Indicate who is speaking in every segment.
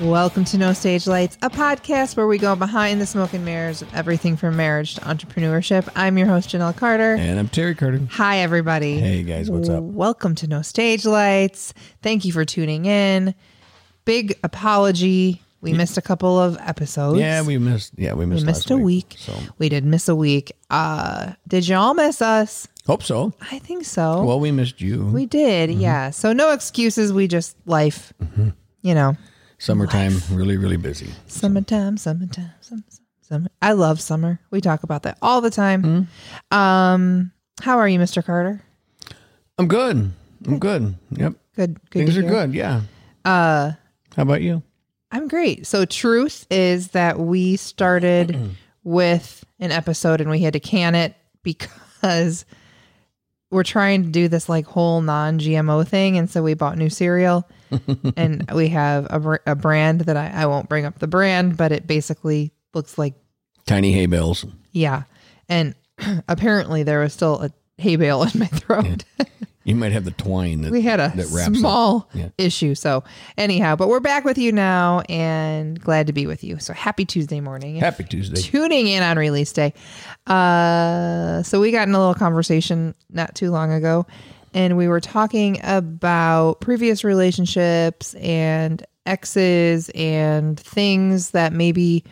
Speaker 1: Welcome to No Stage Lights, a podcast where we go behind the smoke and mirrors of everything from marriage to entrepreneurship. I'm your host, Janelle Carter.
Speaker 2: And I'm Terry Carter.
Speaker 1: Hi, everybody.
Speaker 2: Hey, guys, what's up?
Speaker 1: Welcome to No Stage Lights. Thank you for tuning in. Big apology. We missed a couple of episodes.
Speaker 2: Mm. Yeah, we missed. Yeah, we
Speaker 1: We
Speaker 2: missed.
Speaker 1: missed
Speaker 2: last
Speaker 1: a week.
Speaker 2: So
Speaker 1: We did miss a week. Uh, did y'all miss us?
Speaker 2: hope so.
Speaker 1: I think so.
Speaker 2: Well, mm-hmm. we missed you.
Speaker 1: we did, yeah. So no excuses. We just life.
Speaker 2: Mm-hmm.
Speaker 1: You know,
Speaker 2: Summertime, really, really busy.
Speaker 1: Summertime, summertime, summer, summer. I love summer. We talk about that all the time.
Speaker 2: Mm-hmm.
Speaker 1: Um, how are you, Mr. Carter?
Speaker 2: I'm good. I'm good. Yep,
Speaker 1: Good. Good.
Speaker 2: things
Speaker 1: to
Speaker 2: are
Speaker 1: hear.
Speaker 2: good. Yeah.
Speaker 1: Uh,
Speaker 2: How about you?
Speaker 1: I'm great. So, truth is that we started with an episode and we had to can it because we're trying to do this like whole non-GMO thing, and so we bought new cereal, and we have a, br- a brand that I, I won't bring up the brand, but it basically looks like
Speaker 2: Tiny hay bales.
Speaker 1: Yeah. And apparently there was still a hay bale in my throat.
Speaker 2: You might have the twine. That,
Speaker 1: we had a
Speaker 2: that wraps up.
Speaker 1: small
Speaker 2: Yeah.
Speaker 1: issue. So, anyhow, but we're back with you now and glad to be with you. So, happy Tuesday morning. and
Speaker 2: Happy Tuesday.
Speaker 1: Tuning in on release day. Uh, so, we got in a little conversation not too long ago and we were talking about previous relationships and exes and things that maybe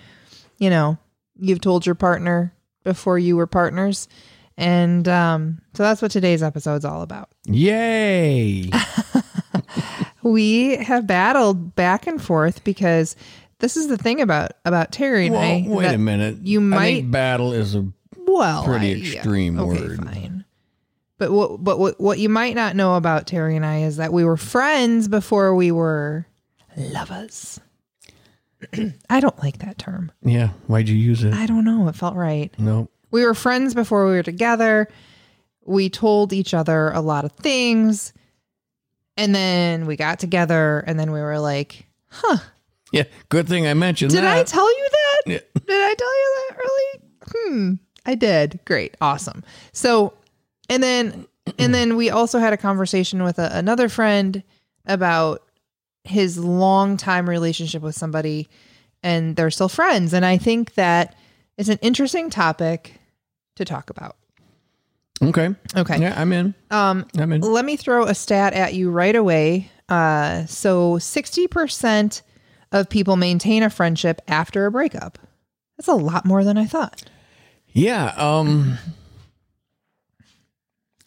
Speaker 1: you know, you've told your partner before you were partners. And um, so that's what today's episode's all about.
Speaker 2: Yay!
Speaker 1: We have battled back and forth because this is the thing about about Terry and
Speaker 2: well,
Speaker 1: I.
Speaker 2: wait a
Speaker 1: that-
Speaker 2: minute.
Speaker 1: you
Speaker 2: I
Speaker 1: might-
Speaker 2: think battle is a
Speaker 1: Well,
Speaker 2: pretty
Speaker 1: I-
Speaker 2: extreme
Speaker 1: okay,
Speaker 2: word.
Speaker 1: Fine. But what but what what you might not know about Terry and I is that we were friends before we were lovers. I don't like that term.
Speaker 2: yeah. Why'd you use it?
Speaker 1: I don't know. It felt right.
Speaker 2: no.
Speaker 1: We were friends before we were together. We told each other a lot of things. And then we got together and then we were like, huh,
Speaker 2: Yeah. Good thing I mentioned
Speaker 1: did I
Speaker 2: that.
Speaker 1: tell you that?
Speaker 2: Yeah.
Speaker 1: Did I tell you that really? Hmm, I did. Great. Awesome. So, and then, and then we also had a conversation with a, another friend about his long time relationship with somebody and they're still friends. And I think that is an interesting topic to talk about.
Speaker 2: okay.
Speaker 1: Okay.
Speaker 2: Yeah, I'm in.
Speaker 1: Um,
Speaker 2: I'm in.
Speaker 1: let me throw a stat at you right away. Uh, so 60% of people maintain a friendship after a breakup. That's a lot more than I thought.
Speaker 2: Yeah. Um,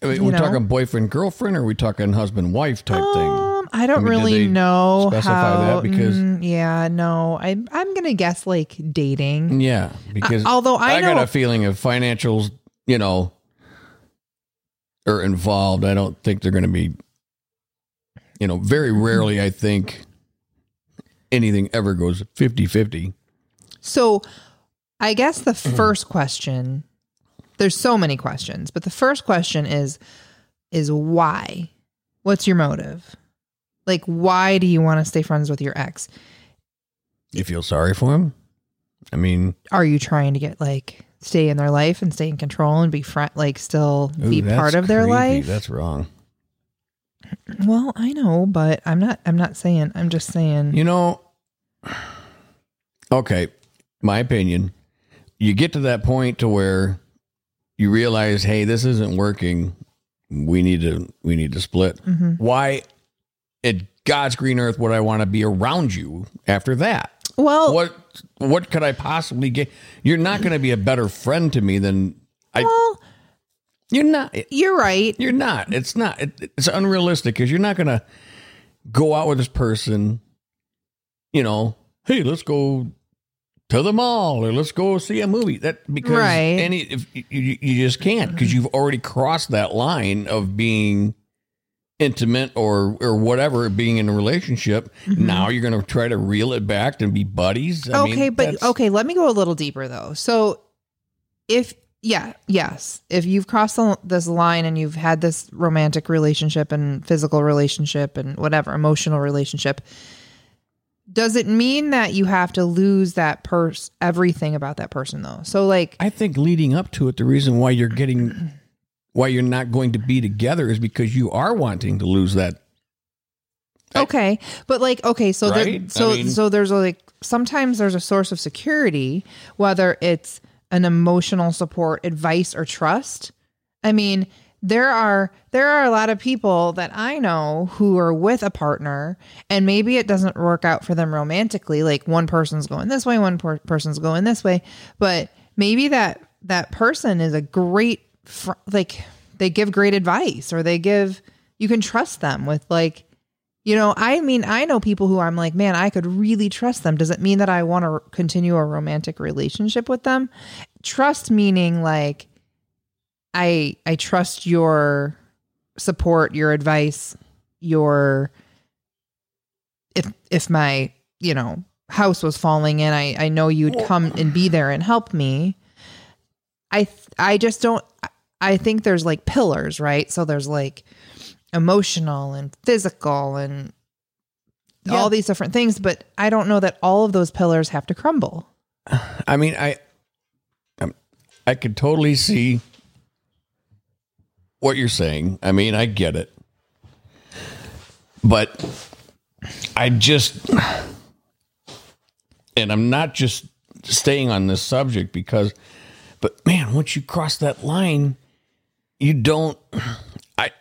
Speaker 2: I mean,
Speaker 1: You
Speaker 2: we're
Speaker 1: know?
Speaker 2: talking boyfriend girlfriend, or we talking husband wife type thing.
Speaker 1: Um, I don't
Speaker 2: I mean, did
Speaker 1: really
Speaker 2: they
Speaker 1: know
Speaker 2: specify
Speaker 1: how.
Speaker 2: that? Because-
Speaker 1: Mm, yeah, no, I'm I'm gonna guess like dating. Uh,
Speaker 2: Yeah, because
Speaker 1: although I know-
Speaker 2: got a feeling if financials, you know, are involved, I don't think they're going to be. You know, very rarely I think anything ever goes 50-50.
Speaker 1: So, I guess the
Speaker 2: Mm-hmm.
Speaker 1: first question. There's so many questions, but the first question is is why? What's your motive? Like, why do you want to stay friends with your ex?
Speaker 2: You feel sorry for him. I mean,
Speaker 1: Are you trying to get like stay in their life and stay in control and be friend, like still
Speaker 2: ooh,
Speaker 1: be
Speaker 2: that's
Speaker 1: part of their
Speaker 2: creepy.
Speaker 1: life?
Speaker 2: That's wrong.
Speaker 1: well, I know, but I'm not. I'm not saying. I'm just saying.
Speaker 2: You know, okay, my opinion, you get to that point to where you realize, hey, this isn't working. We need to we need to split.
Speaker 1: Mhm.
Speaker 2: Why at God's green earth would I want to be around you after that?
Speaker 1: Well,
Speaker 2: What what could I possibly get? You're not going to be a better friend to me than I
Speaker 1: well,
Speaker 2: you're not
Speaker 1: you're right.
Speaker 2: you're not. It's not. It, it's unrealistic because you're not going to go out with this person, you know, hey, let's go to the mall or let's go see a movie. That because
Speaker 1: Right.
Speaker 2: any if you, you you just can't because you've already crossed that line of being intimate or or whatever being in a relationship.
Speaker 1: Mm-hmm.
Speaker 2: Now you're going to try to reel it back and be buddies. I mean,
Speaker 1: okay, but
Speaker 2: that's-
Speaker 1: okay, let me go a little deeper though. So, if yeah, yes, if you've crossed the, this line and you've had this romantic relationship and physical relationship and whatever emotional relationship, does it mean that you have to lose that person, everything about that person though? So, like,
Speaker 2: I think leading up to it, the reason why you're getting why you're not going to be together is because you are wanting to lose that
Speaker 1: Okay, but like okay, so there-
Speaker 2: Right? I
Speaker 1: so
Speaker 2: mean-
Speaker 1: so there's a, like sometimes there's a source of security, whether it's an emotional support, advice, or trust. I mean, there are there are a lot of people that I know who are with a partner, and maybe it doesn't work out for them romantically. Like one person's going this way, one per- person's going this way, but maybe that that person is a great fr- like they give great advice or they give you can trust them with like you know, I mean, I know people who I'm like, man, I could really trust them. Does it mean that I want to continue a romantic relationship with them? Trust meaning like I I trust your support, your advice, your if if my, you know, house was falling in, I I know you'd come and be there and help me. I th- I just don't I think there's like pillars, right? So there's like emotional and physical and all these different things, but I don't know that all of those pillars have to crumble.
Speaker 2: I mean, I, I'm- I could totally see what you're saying. I mean, I get it, but I just, and I'm not just staying on this subject because, but man, once you cross that line, you don't. I,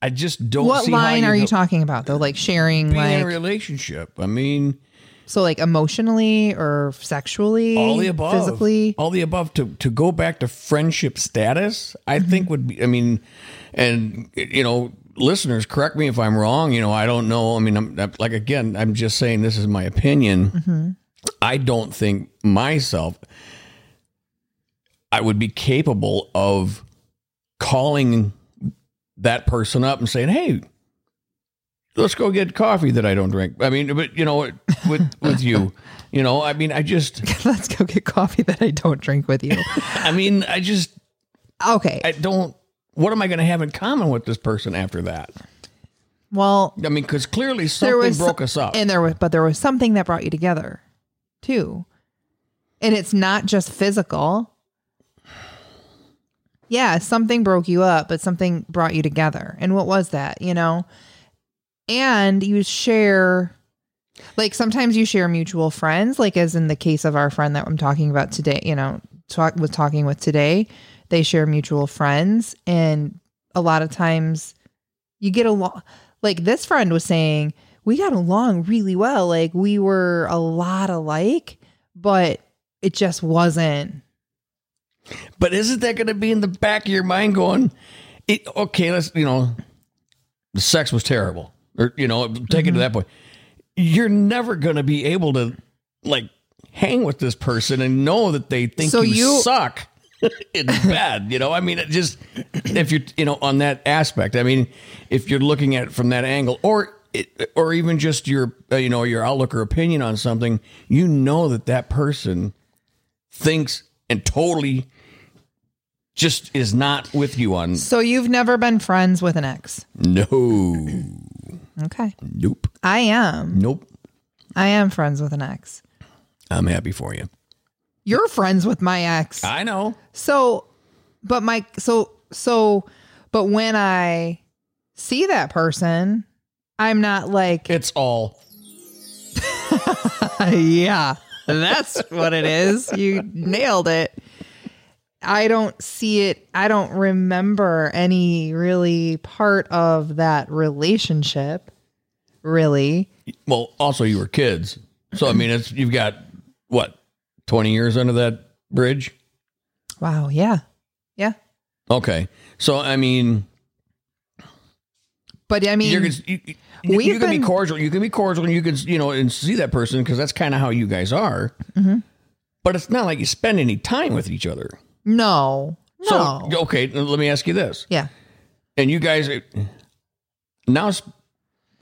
Speaker 2: I just don't.
Speaker 1: what
Speaker 2: see how
Speaker 1: line are you
Speaker 2: go-
Speaker 1: talking about though? Like sharing
Speaker 2: Being in
Speaker 1: like
Speaker 2: a relationship. I mean,
Speaker 1: so like emotionally or sexually,
Speaker 2: all the above
Speaker 1: physically.
Speaker 2: all the above to to go back to friendship status i
Speaker 1: Mm-hmm.
Speaker 2: think would be i mean and you know listeners correct me if i'm wrong you know i don't know i mean i'm, I'm- like again i'm just saying this is my opinion
Speaker 1: Mm-hmm.
Speaker 2: i don't think myself i would be capable of calling that person up and saying hey let's go get coffee that i don't drink i mean but you know with with you you know i mean i just
Speaker 1: Let's go get coffee that I don't drink with you.
Speaker 2: I mean, I just
Speaker 1: Okay.
Speaker 2: I don't. What am I going to have in common with this person after that?
Speaker 1: well,
Speaker 2: I mean, because clearly
Speaker 1: there
Speaker 2: something
Speaker 1: was
Speaker 2: broke us up.
Speaker 1: and there was but there was something that brought you together too and it's not just physical yeah something broke you up but something brought you together and what was that you know and you share like sometimes you share mutual friends like as in the case of our friend that i'm talking about today you know talk was talking with today they share mutual friends and a lot of times you get along like this friend was saying we got along really well like we were a lot alike but it just wasn't
Speaker 2: but isn't that going to be in the back of your mind going, it, okay, let's you know, the sex was terrible, or you know, take it to that point. You're never going to be able to like hang with this person and know that they think
Speaker 1: So
Speaker 2: you,
Speaker 1: you-
Speaker 2: suck. it's bad, you know. I mean, it just if you're you know on that aspect. I mean, if you're looking at it from that angle, or it, or even just your uh, you know your outlook or opinion on something, you know that that person thinks and totally just is not with you on
Speaker 1: so you've never been friends with an ex
Speaker 2: no
Speaker 1: okay
Speaker 2: nope
Speaker 1: i am
Speaker 2: nope
Speaker 1: i am friends with an ex
Speaker 2: i'm happy for you
Speaker 1: you're friends with my ex
Speaker 2: i know
Speaker 1: So, but my so so, but when I see that person, I'm not like
Speaker 2: it's all
Speaker 1: yeah, that's what it is. You nailed it. I don't see it. I don't remember any really part of that relationship. Really,
Speaker 2: well also you were kids so i mean it's you've got what 20 years under that bridge
Speaker 1: wow. Yeah, yeah.
Speaker 2: okay so i mean
Speaker 1: But I mean,
Speaker 2: you're gonna you, you-
Speaker 1: We've
Speaker 2: you can
Speaker 1: been-
Speaker 2: be cordial you can be cordial and you can you know and see that person because that's kind of how you guys are
Speaker 1: Mm-hmm.
Speaker 2: but it's not like you spend any time with each other
Speaker 1: no, no.
Speaker 2: so okay let me ask you this
Speaker 1: yeah.
Speaker 2: and you guys are now it's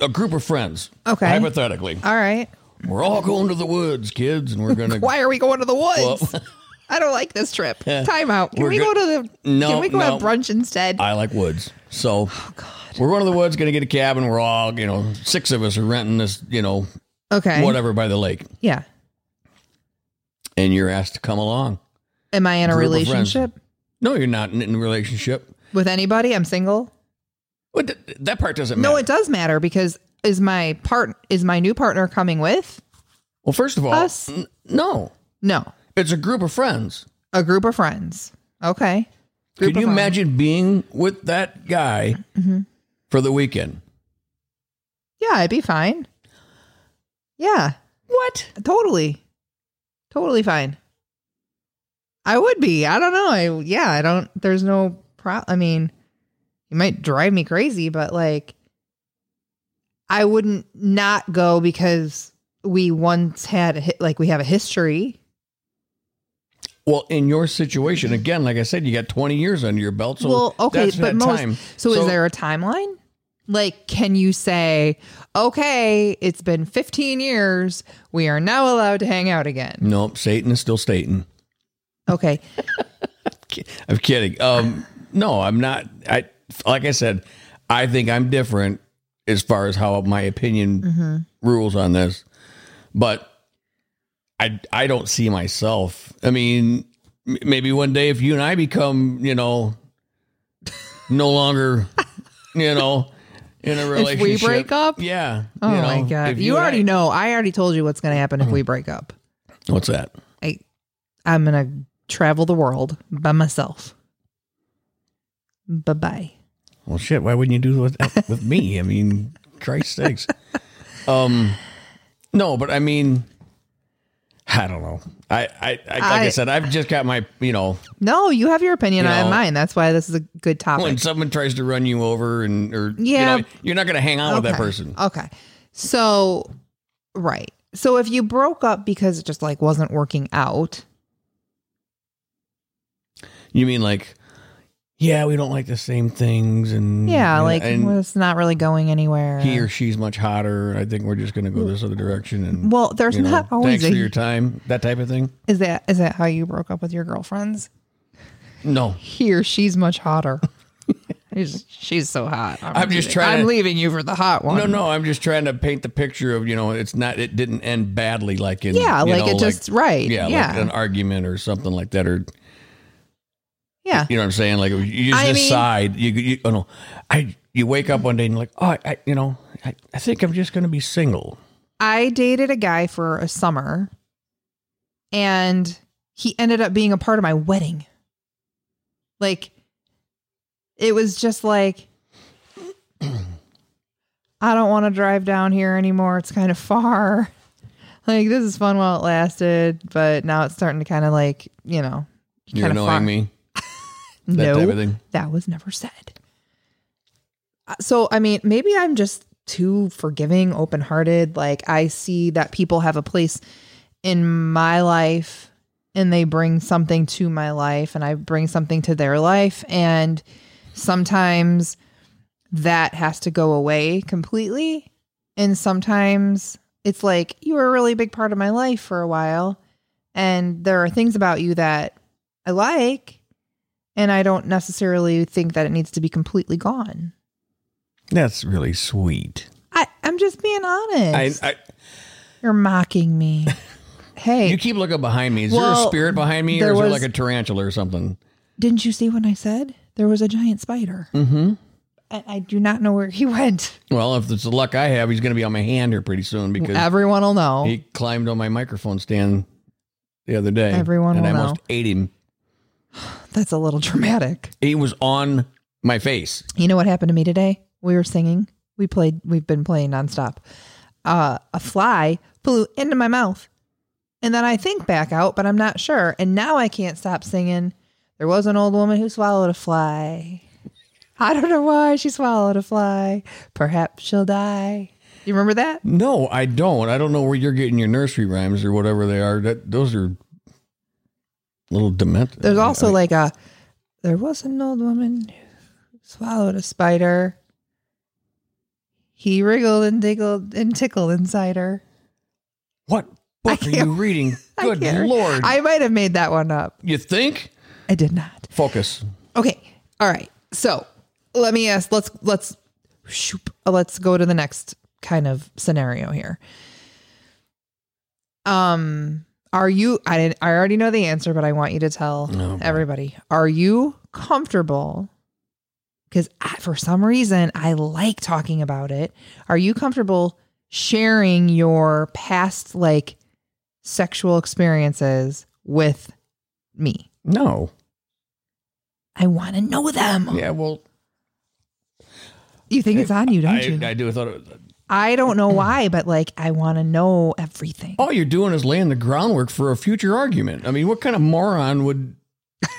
Speaker 2: a group of friends.
Speaker 1: Okay.
Speaker 2: Hypothetically,
Speaker 1: All right.
Speaker 2: we're all going to the woods, kids, and we're gonna.
Speaker 1: Why are we going to the woods?
Speaker 2: Well-
Speaker 1: I don't like this trip. Time out. Can
Speaker 2: We're
Speaker 1: we go
Speaker 2: go-
Speaker 1: to the?
Speaker 2: No,
Speaker 1: can we go
Speaker 2: no.
Speaker 1: have brunch Oh, instead?
Speaker 2: I like woods, so we're going to the woods, gonna get a cabin. We're all, you know, six of us are renting this, you know,
Speaker 1: okay.
Speaker 2: whatever by the lake,
Speaker 1: Yeah.
Speaker 2: and you're asked to come along.
Speaker 1: Am I in a
Speaker 2: Group of friends.
Speaker 1: relationship
Speaker 2: No, you're not in in a relationship.
Speaker 1: with anybody? I'm single.
Speaker 2: But th- that part doesn't matter.
Speaker 1: No, it does matter because is my part is my new partner coming with?
Speaker 2: Well, first of all,
Speaker 1: Us?
Speaker 2: n- no,
Speaker 1: No.
Speaker 2: it's a group of friends.
Speaker 1: A group of friends. Okay. Group
Speaker 2: Can
Speaker 1: of
Speaker 2: you
Speaker 1: friends.
Speaker 2: imagine being with that guy
Speaker 1: Mhm.
Speaker 2: for the weekend?
Speaker 1: Yeah, I'd be fine. Yeah. What? Totally. Totally fine. I would be. I don't know. I yeah, I don't there's no pro I mean, you might drive me crazy, but like I wouldn't not go because we once had a hit like we have a history.
Speaker 2: Well, in your situation, again, like I said, you got 20 years under your belt. So
Speaker 1: well, okay,
Speaker 2: that's
Speaker 1: but
Speaker 2: that
Speaker 1: most
Speaker 2: time.
Speaker 1: so, is there a timeline? Like, can you say, okay, it's been 15 years, we are now allowed to hang out again?
Speaker 2: Nope, Satan is still Satan.
Speaker 1: Okay,
Speaker 2: I'm kidding. Um, no, I'm not. I like I said, I think I'm different as far as how my opinion
Speaker 1: Mm-hmm.
Speaker 2: rules on this, but I I don't see myself. I mean, m- maybe one day if you and I become, you know, no longer, you know, in a
Speaker 1: we
Speaker 2: relationship,
Speaker 1: break up?
Speaker 2: Yeah.
Speaker 1: Oh
Speaker 2: you
Speaker 1: my
Speaker 2: know,
Speaker 1: god!
Speaker 2: if
Speaker 1: You,
Speaker 2: and
Speaker 1: already
Speaker 2: I-
Speaker 1: know. I already told you what's going to happen if we break up.
Speaker 2: what's that.
Speaker 1: I, I'm going to travel the world by myself. Bye bye.
Speaker 2: Well, shit. Why wouldn't you do that with, with me? I mean, Christ sakes. Um, no, but I mean, I don't know. I, I, I like I,
Speaker 1: I-
Speaker 2: said, I've just got my, you know,
Speaker 1: No, you have your opinion.
Speaker 2: You
Speaker 1: I have
Speaker 2: know-
Speaker 1: mine. That's why this is a good topic.
Speaker 2: when someone tries to run you over and or
Speaker 1: Yeah.
Speaker 2: you know, you're not going to hang out with that person.
Speaker 1: Okay. So, right. So if you broke up because it just like wasn't working out,
Speaker 2: You mean like, yeah, we don't like the same things, and
Speaker 1: yeah,
Speaker 2: and-
Speaker 1: like
Speaker 2: and
Speaker 1: well, it's not really going anywhere.
Speaker 2: he or she's much hotter. I think we're just going to go this other direction. And
Speaker 1: well, there's
Speaker 2: you know,
Speaker 1: not always
Speaker 2: thanks
Speaker 1: a,
Speaker 2: for your time, that type of thing.
Speaker 1: is that is that how you broke up with your girlfriends?
Speaker 2: No,
Speaker 1: He or she's much hotter. He's- she's so hot.
Speaker 2: I'm just
Speaker 1: kidding.
Speaker 2: trying
Speaker 1: I'm
Speaker 2: to-
Speaker 1: leaving you for the hot one.
Speaker 2: No, no, I'm just trying to paint the picture of you know it's not it didn't end badly like in
Speaker 1: Yeah,
Speaker 2: you
Speaker 1: like
Speaker 2: know,
Speaker 1: it just right.
Speaker 2: yeah,
Speaker 1: Yeah,
Speaker 2: like
Speaker 1: yeah.
Speaker 2: an argument or something like that or
Speaker 1: yeah.
Speaker 2: you know what I'm saying like you just
Speaker 1: I mean-
Speaker 2: decide you you oh no I you wake up one day and you're like oh I, I you know I, I think I'm just gonna be single
Speaker 1: I dated a guy for a summer and he ended up being a part of my wedding. Like it was just like I don't want to drive down here anymore. It's kind of far. Like this is fun while it lasted, but now it's starting to kind of like, you know,
Speaker 2: you're
Speaker 1: kinda
Speaker 2: annoying
Speaker 1: far-
Speaker 2: me that
Speaker 1: no
Speaker 2: type of thing
Speaker 1: that was never said. Uh, So, I mean, maybe I'm just too forgiving, open hearted. Like, I see that people have a place in my life and they bring something to my life, and I bring something to their life. And sometimes that has to go away completely. And sometimes it's like, you were a really big part of my life for a while. And there are things about you that I like, and I don't necessarily think that it needs to be completely gone.
Speaker 2: that's really sweet
Speaker 1: I, I'm just being
Speaker 2: I,
Speaker 1: honest.
Speaker 2: I
Speaker 1: You're mocking me. hey,
Speaker 2: you keep looking behind me is there a
Speaker 1: Well,
Speaker 2: spirit behind me or
Speaker 1: there
Speaker 2: is there
Speaker 1: was-
Speaker 2: like a tarantula or something
Speaker 1: didn't you see when I said there was a giant spider?
Speaker 2: mm-hmm
Speaker 1: I, I do not know where he went.
Speaker 2: well if it's the luck I have he's gonna be on my hand here pretty soon because
Speaker 1: Everyone will know.
Speaker 2: He climbed on my microphone stand the other day.
Speaker 1: Everyone
Speaker 2: and
Speaker 1: will
Speaker 2: I almost ate him.
Speaker 1: That's a little dramatic.
Speaker 2: He was on my face.
Speaker 1: You know what happened to me today? We were singing. We played. We've been playing nonstop. Uh, a fly flew into my mouth, and then I think back out, but I'm not sure. And now I can't stop singing. There was an old woman who swallowed a fly. I don't know why she swallowed a fly. Perhaps she'll die. You remember that?
Speaker 2: No, I don't. I don't know where you're getting your nursery rhymes or whatever they are. That those are little demented.
Speaker 1: There's also like a. There was an old woman who swallowed a spider. He wriggled and diggled and tickled inside her.
Speaker 2: what
Speaker 1: I
Speaker 2: book are
Speaker 1: can't-
Speaker 2: you reading?
Speaker 1: I
Speaker 2: Good
Speaker 1: can't-
Speaker 2: lord!
Speaker 1: I might have made that one up.
Speaker 2: you think?
Speaker 1: I did not.
Speaker 2: Focus.
Speaker 1: Okay. All right. So let me ask. Let's let's shoop, let's go to the next kind of scenario here. Um, are you? I didn't, I already know the answer, but I want you to tell
Speaker 2: Oh, boy.
Speaker 1: everybody. Are you comfortable because for some reason I like talking about it. Are you comfortable sharing your past like sexual experiences with me?
Speaker 2: No.
Speaker 1: I want to know them.
Speaker 2: Yeah, well,
Speaker 1: You think it's on you, don't you?
Speaker 2: I, I do. I thought it was,
Speaker 1: I don't know why, but like I want to know everything.
Speaker 2: all you're doing is laying the groundwork for a future argument. I mean, what kind of moron would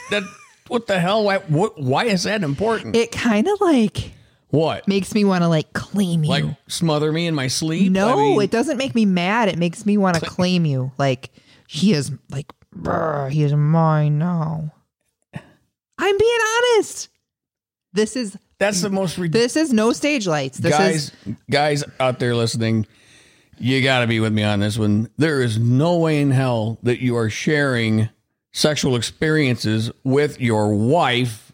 Speaker 2: that? what the hell? Why? What, why is that important?
Speaker 1: It kind of like
Speaker 2: what?
Speaker 1: makes me want to like claim you.
Speaker 2: Like smother me in my sleep?
Speaker 1: no,
Speaker 2: I mean,
Speaker 1: it doesn't make me mad. It makes me want to claim you. Like he is like brr, he is mine now. I'm being honest. This is
Speaker 2: that's the most ridiculous.
Speaker 1: this is no stage lights. This
Speaker 2: guys,
Speaker 1: is
Speaker 2: guys out there listening, you got to be with me on this one. There is no way in hell that you are sharing sexual experiences with your wife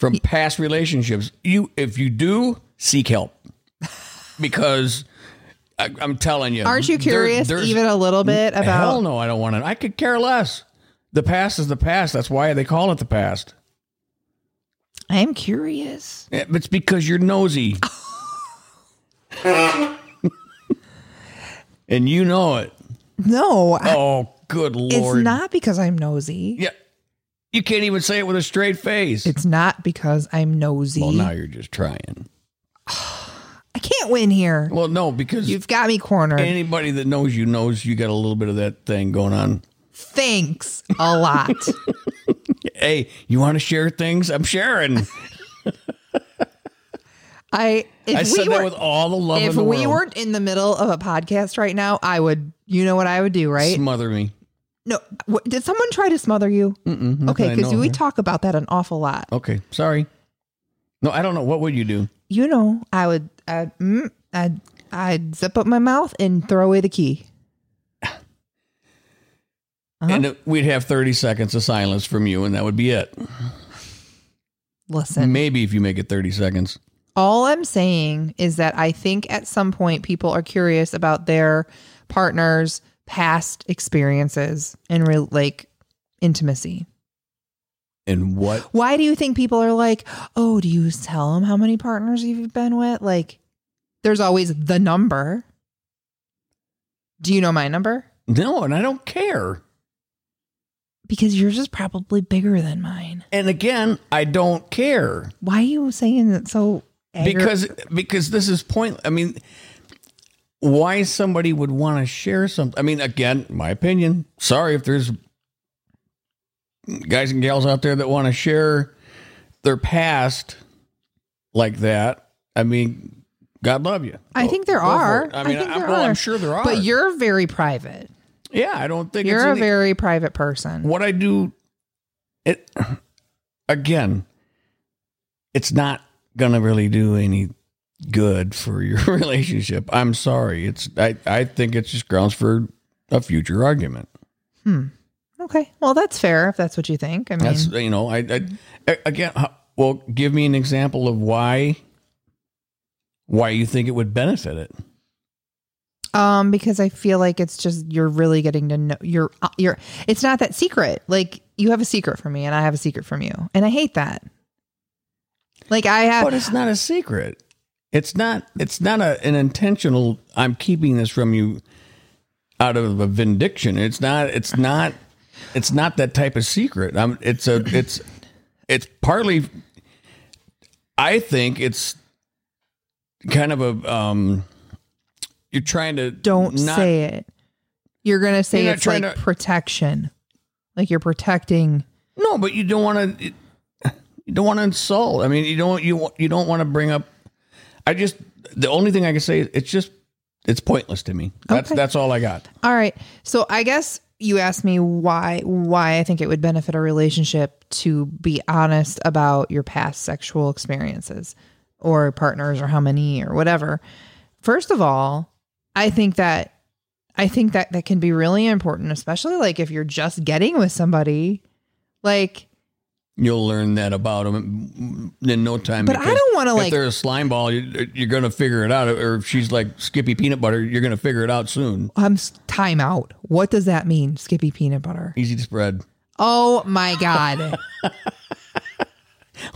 Speaker 2: from past relationships. You, if you do, seek help because I, I'm telling you.
Speaker 1: aren't you
Speaker 2: there-
Speaker 1: curious
Speaker 2: there's-
Speaker 1: even a little bit
Speaker 2: Hell
Speaker 1: about
Speaker 2: no, I don't want it. I could care less. The past is the past. That's why they call it the past.
Speaker 1: I'm curious.
Speaker 2: Yeah, Eh, It's because you're nosy. and you know it.
Speaker 1: No, I-
Speaker 2: Oh, good lord.
Speaker 1: it's not because I'm nosy.
Speaker 2: Yeah. You can't even say it with a straight face.
Speaker 1: It's not because I'm nosy.
Speaker 2: well, now you're just trying.
Speaker 1: I can't win here.
Speaker 2: Well, no, because
Speaker 1: You've got me cornered.
Speaker 2: anybody that knows you knows you got a little bit of that thing going on.
Speaker 1: Thanks a lot.
Speaker 2: Hey, you want to share things? I'm sharing.
Speaker 1: I if
Speaker 2: I
Speaker 1: we
Speaker 2: said
Speaker 1: were
Speaker 2: that with all the love
Speaker 1: if
Speaker 2: in the
Speaker 1: we
Speaker 2: world.
Speaker 1: weren't in the middle of a podcast right now, I would. You know what I would do, right?
Speaker 2: Smother me.
Speaker 1: no, wh- did someone try to smother you?
Speaker 2: Mm-mm, not that
Speaker 1: okay,
Speaker 2: I
Speaker 1: because
Speaker 2: know
Speaker 1: we
Speaker 2: of.
Speaker 1: talk about that an awful lot.
Speaker 2: Okay, sorry. No, I don't know. What would you do?
Speaker 1: You know, I would. I mm, I'd, I'd zip up my mouth and throw away the key. Huh?
Speaker 2: And it- we'd have 30 seconds of silence from you, and that would be it.
Speaker 1: Listen,
Speaker 2: Maybe if you make it 30 seconds.
Speaker 1: all I'm saying is that I think at some point people are curious about their partner's past experiences and re- like intimacy.
Speaker 2: And what?
Speaker 1: Why do you think people are like, oh, do you tell them how many partners you've been with? Like, there's always the number. Do you know my number?
Speaker 2: No, and I don't care.
Speaker 1: Because yours is probably bigger than mine.
Speaker 2: And again, I don't care
Speaker 1: Why are you saying that so? aggr-
Speaker 2: because because this is point. I mean, why somebody would want to share something? I mean, again, my opinion. Sorry if there's guys and gals out there that want to share their past like that. I mean, God love you.
Speaker 1: I think there
Speaker 2: Go for
Speaker 1: are.
Speaker 2: it. I mean, I
Speaker 1: think there
Speaker 2: well,
Speaker 1: are.
Speaker 2: I'm sure there are.
Speaker 1: But you're very private.
Speaker 2: Yeah, I don't think it's
Speaker 1: You're a
Speaker 2: any-
Speaker 1: very private person.
Speaker 2: what I do. It again, it's not gonna really do any good for your relationship. I'm sorry. It's I I think it's just grounds for a future argument.
Speaker 1: Hmm. Okay. Well, that's fair if that's what you think. I mean,
Speaker 2: That's you know I, I a- again. h- Well, give me an example of why why you think it would benefit it.
Speaker 1: Um, because I feel like it's just you're really getting to know you're uh, you're. It's not that secret. Like you have a secret from me, and I have a secret from you, and I hate that. Like I have.
Speaker 2: but it's not a secret. It's not. It's not a, an intentional. I'm keeping this from you out of a vindication. It's not. It's not. It's not that type of secret. I'm. It's a. It's. It's partly. I think it's kind of a. Um, you're trying to
Speaker 1: don't say it. You're gonna say
Speaker 2: You're not
Speaker 1: it's like
Speaker 2: trying to-
Speaker 1: protection. Like you're protecting.
Speaker 2: No, but you don't want to. You don't want to insult. I mean, you don't. You wa- you don't want to bring up. I just the only thing I can say is it's just it's pointless to me. That's
Speaker 1: Okay.
Speaker 2: that's all I got.
Speaker 1: All right. So I guess you asked me why why I think it would benefit a relationship to be honest about your past sexual experiences or partners or how many or whatever. First of all, I think that I think that that can be really important, especially like if you're just getting with somebody. Like
Speaker 2: You'll learn that about them in no time.
Speaker 1: But I
Speaker 2: because
Speaker 1: don't wanna, like-
Speaker 2: If they're a slime ball, you, you're going to figure it out. Or if she's like Skippy peanut butter, you're going to figure it out soon.
Speaker 1: I'm s- time out. What does that mean, Skippy peanut butter?
Speaker 2: Easy to spread.
Speaker 1: Oh my god.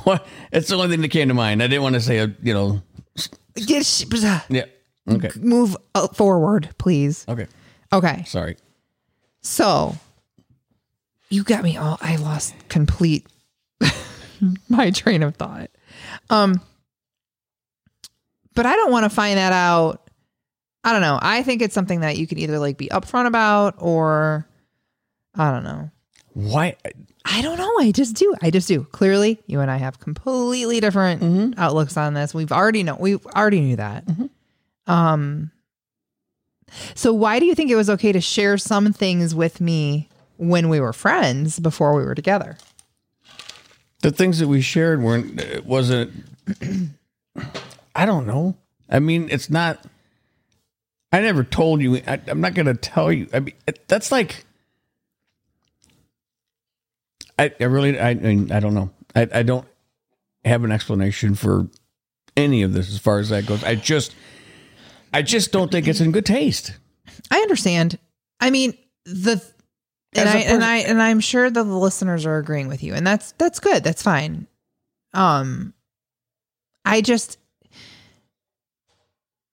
Speaker 2: What? It's the only thing that came to mind. I didn't want to say, a, you know,
Speaker 1: Get sh- bzz.
Speaker 2: yeah. Okay.
Speaker 1: Move uh, forward, please.
Speaker 2: Okay.
Speaker 1: Okay.
Speaker 2: Sorry.
Speaker 1: So you got me all I lost complete my train of thought. Um but I don't want to find that out. I don't know. I think it's something that you can either like be upfront about or I don't know.
Speaker 2: Why?
Speaker 1: I don't know. I just do. I just do. Clearly, you and I have completely different outlooks on this. We've already know. We already knew that. Um. So why do you think it was okay to share some things with me when we were friends before we were together?
Speaker 2: The things that we shared weren't, it wasn't, I don't know. I mean, it's not, I never told you, I, I'm not going to tell you. I mean, it, that's like, I, I really, I, I mean, I don't know. I, I don't have an explanation for any of this as far as that goes. I just, I just don't think it's in good taste.
Speaker 1: I understand. I mean the. And
Speaker 2: As
Speaker 1: I,
Speaker 2: a
Speaker 1: and
Speaker 2: pers-
Speaker 1: I and I'm sure that the listeners are agreeing with you, and that's that's good. That's fine. Um, I just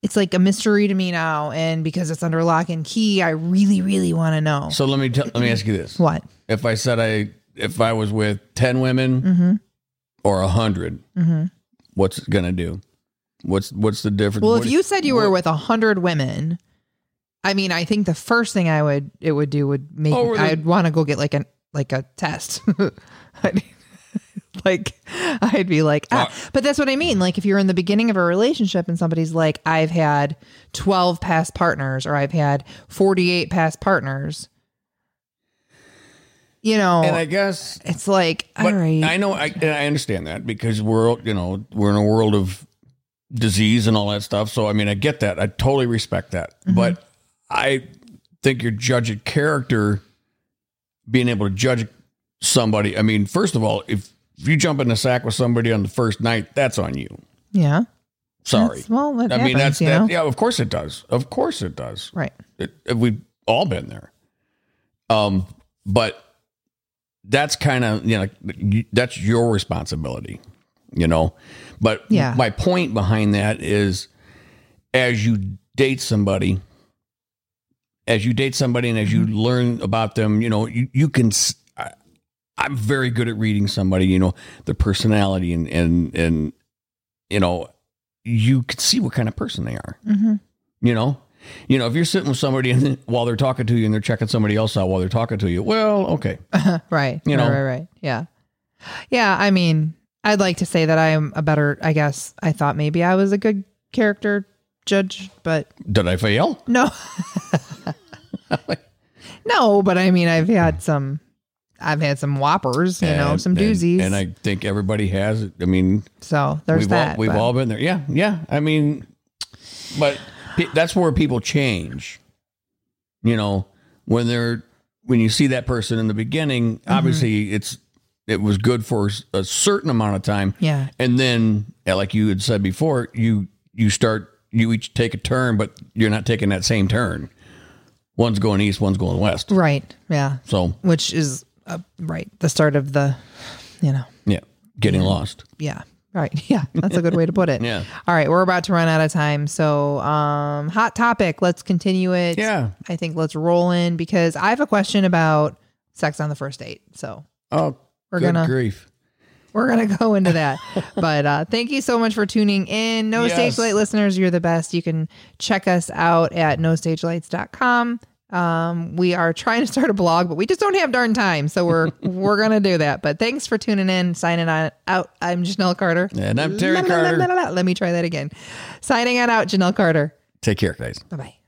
Speaker 1: it's like a mystery to me now, and because it's under lock and key, I really, really want to know
Speaker 2: So let me tell, let me ask you this.
Speaker 1: what.
Speaker 2: if I said I if I was with ten women
Speaker 1: Mm-hmm,
Speaker 2: or a 100 what's it gonna do? What's what's the difference?
Speaker 1: Well,
Speaker 2: What-
Speaker 1: if you said you were with a hundred women, I mean, I think the first thing I would it would do would make
Speaker 2: Oh, were they-
Speaker 1: I'd want to go get like an like a test. I'd- like I'd be like, ah. but that's what I mean. Like if you're in the beginning of a relationship and somebody's like, I've had twelve past partners or I've had forty eight past partners, you know,
Speaker 2: and I guess
Speaker 1: it's like all
Speaker 2: but
Speaker 1: right,
Speaker 2: I know I and I understand that because we're you know we're in a world of disease and all that stuff. So I mean I get that. I totally respect that.
Speaker 1: Mm-hmm.
Speaker 2: But I think you're judging character being able to judge somebody. I mean, first of all, if if you jump in the sack with somebody on the first night, that's on you.
Speaker 1: yeah.
Speaker 2: Sorry.
Speaker 1: That's- well, that
Speaker 2: I mean,
Speaker 1: happens,
Speaker 2: that's
Speaker 1: you
Speaker 2: that,
Speaker 1: know?
Speaker 2: yeah. Of course it does. Of course it does.
Speaker 1: right.
Speaker 2: It- it- we've all been there. Um, but that's kind of you know you- that's your responsibility, you know. But
Speaker 1: Yeah.
Speaker 2: my point behind that is, as you date somebody, as you date somebody, and as you learn about them, you know, you you can. s- I, I'm very good at reading somebody, you know, the personality and and and you know, you can see what kind of person they are.
Speaker 1: Mhm.
Speaker 2: You know, you know, if you're sitting with somebody and while they're talking to you and they're checking somebody else out while they're talking to you, well, okay,
Speaker 1: right. right,
Speaker 2: You know.
Speaker 1: right, right. Yeah. Yeah. I mean, I'd like to say that I am a better, I guess I thought maybe I was a good character judge, but
Speaker 2: did I fail?
Speaker 1: no. no, but I mean, I've had some, I've had some whoppers, you know,
Speaker 2: And-
Speaker 1: some doozies.
Speaker 2: and, and I think everybody has. I mean,
Speaker 1: so there's
Speaker 2: we've
Speaker 1: that.
Speaker 2: all we've
Speaker 1: but-
Speaker 2: all been there. Yeah, yeah. I mean, but pe- that's where people change. You know, when they're when you see that person in the beginning,
Speaker 1: Mm-hmm.
Speaker 2: obviously it's it was good for s- a certain amount of time.
Speaker 1: Yeah.
Speaker 2: and then yeah, like you had said before you you start you each take a turn but you're not taking that same turn one's going east one's going west
Speaker 1: Right. Yeah.
Speaker 2: so
Speaker 1: Which is, uh, right. The start of the, you know,
Speaker 2: yeah getting lost
Speaker 1: yeah. Right. Yeah. That's a good way to put it.
Speaker 2: Yeah.
Speaker 1: All right. We're about to run out of time. So, um, hot topic. Let's continue it.
Speaker 2: yeah
Speaker 1: I think let's roll in because I have a question about sex on the first date. So
Speaker 2: oh
Speaker 1: We're
Speaker 2: good
Speaker 1: gonna-
Speaker 2: grief
Speaker 1: we're gonna go into that. but uh, thank you so much for tuning in. No
Speaker 2: Yes.
Speaker 1: stage light listeners, you're the best. You can check us out at nostagelights.com. Um, we are trying to start a blog, but we just don't have darn time. So we're we're gonna do that. But thanks for tuning in, signing on out. I'm Janelle Carter.
Speaker 2: And I'm Terry
Speaker 1: La, la, la,
Speaker 2: Carter.
Speaker 1: la, la, la. Let me try that again. Signing on out, Janelle Carter.
Speaker 2: take care guys
Speaker 1: Bye bye.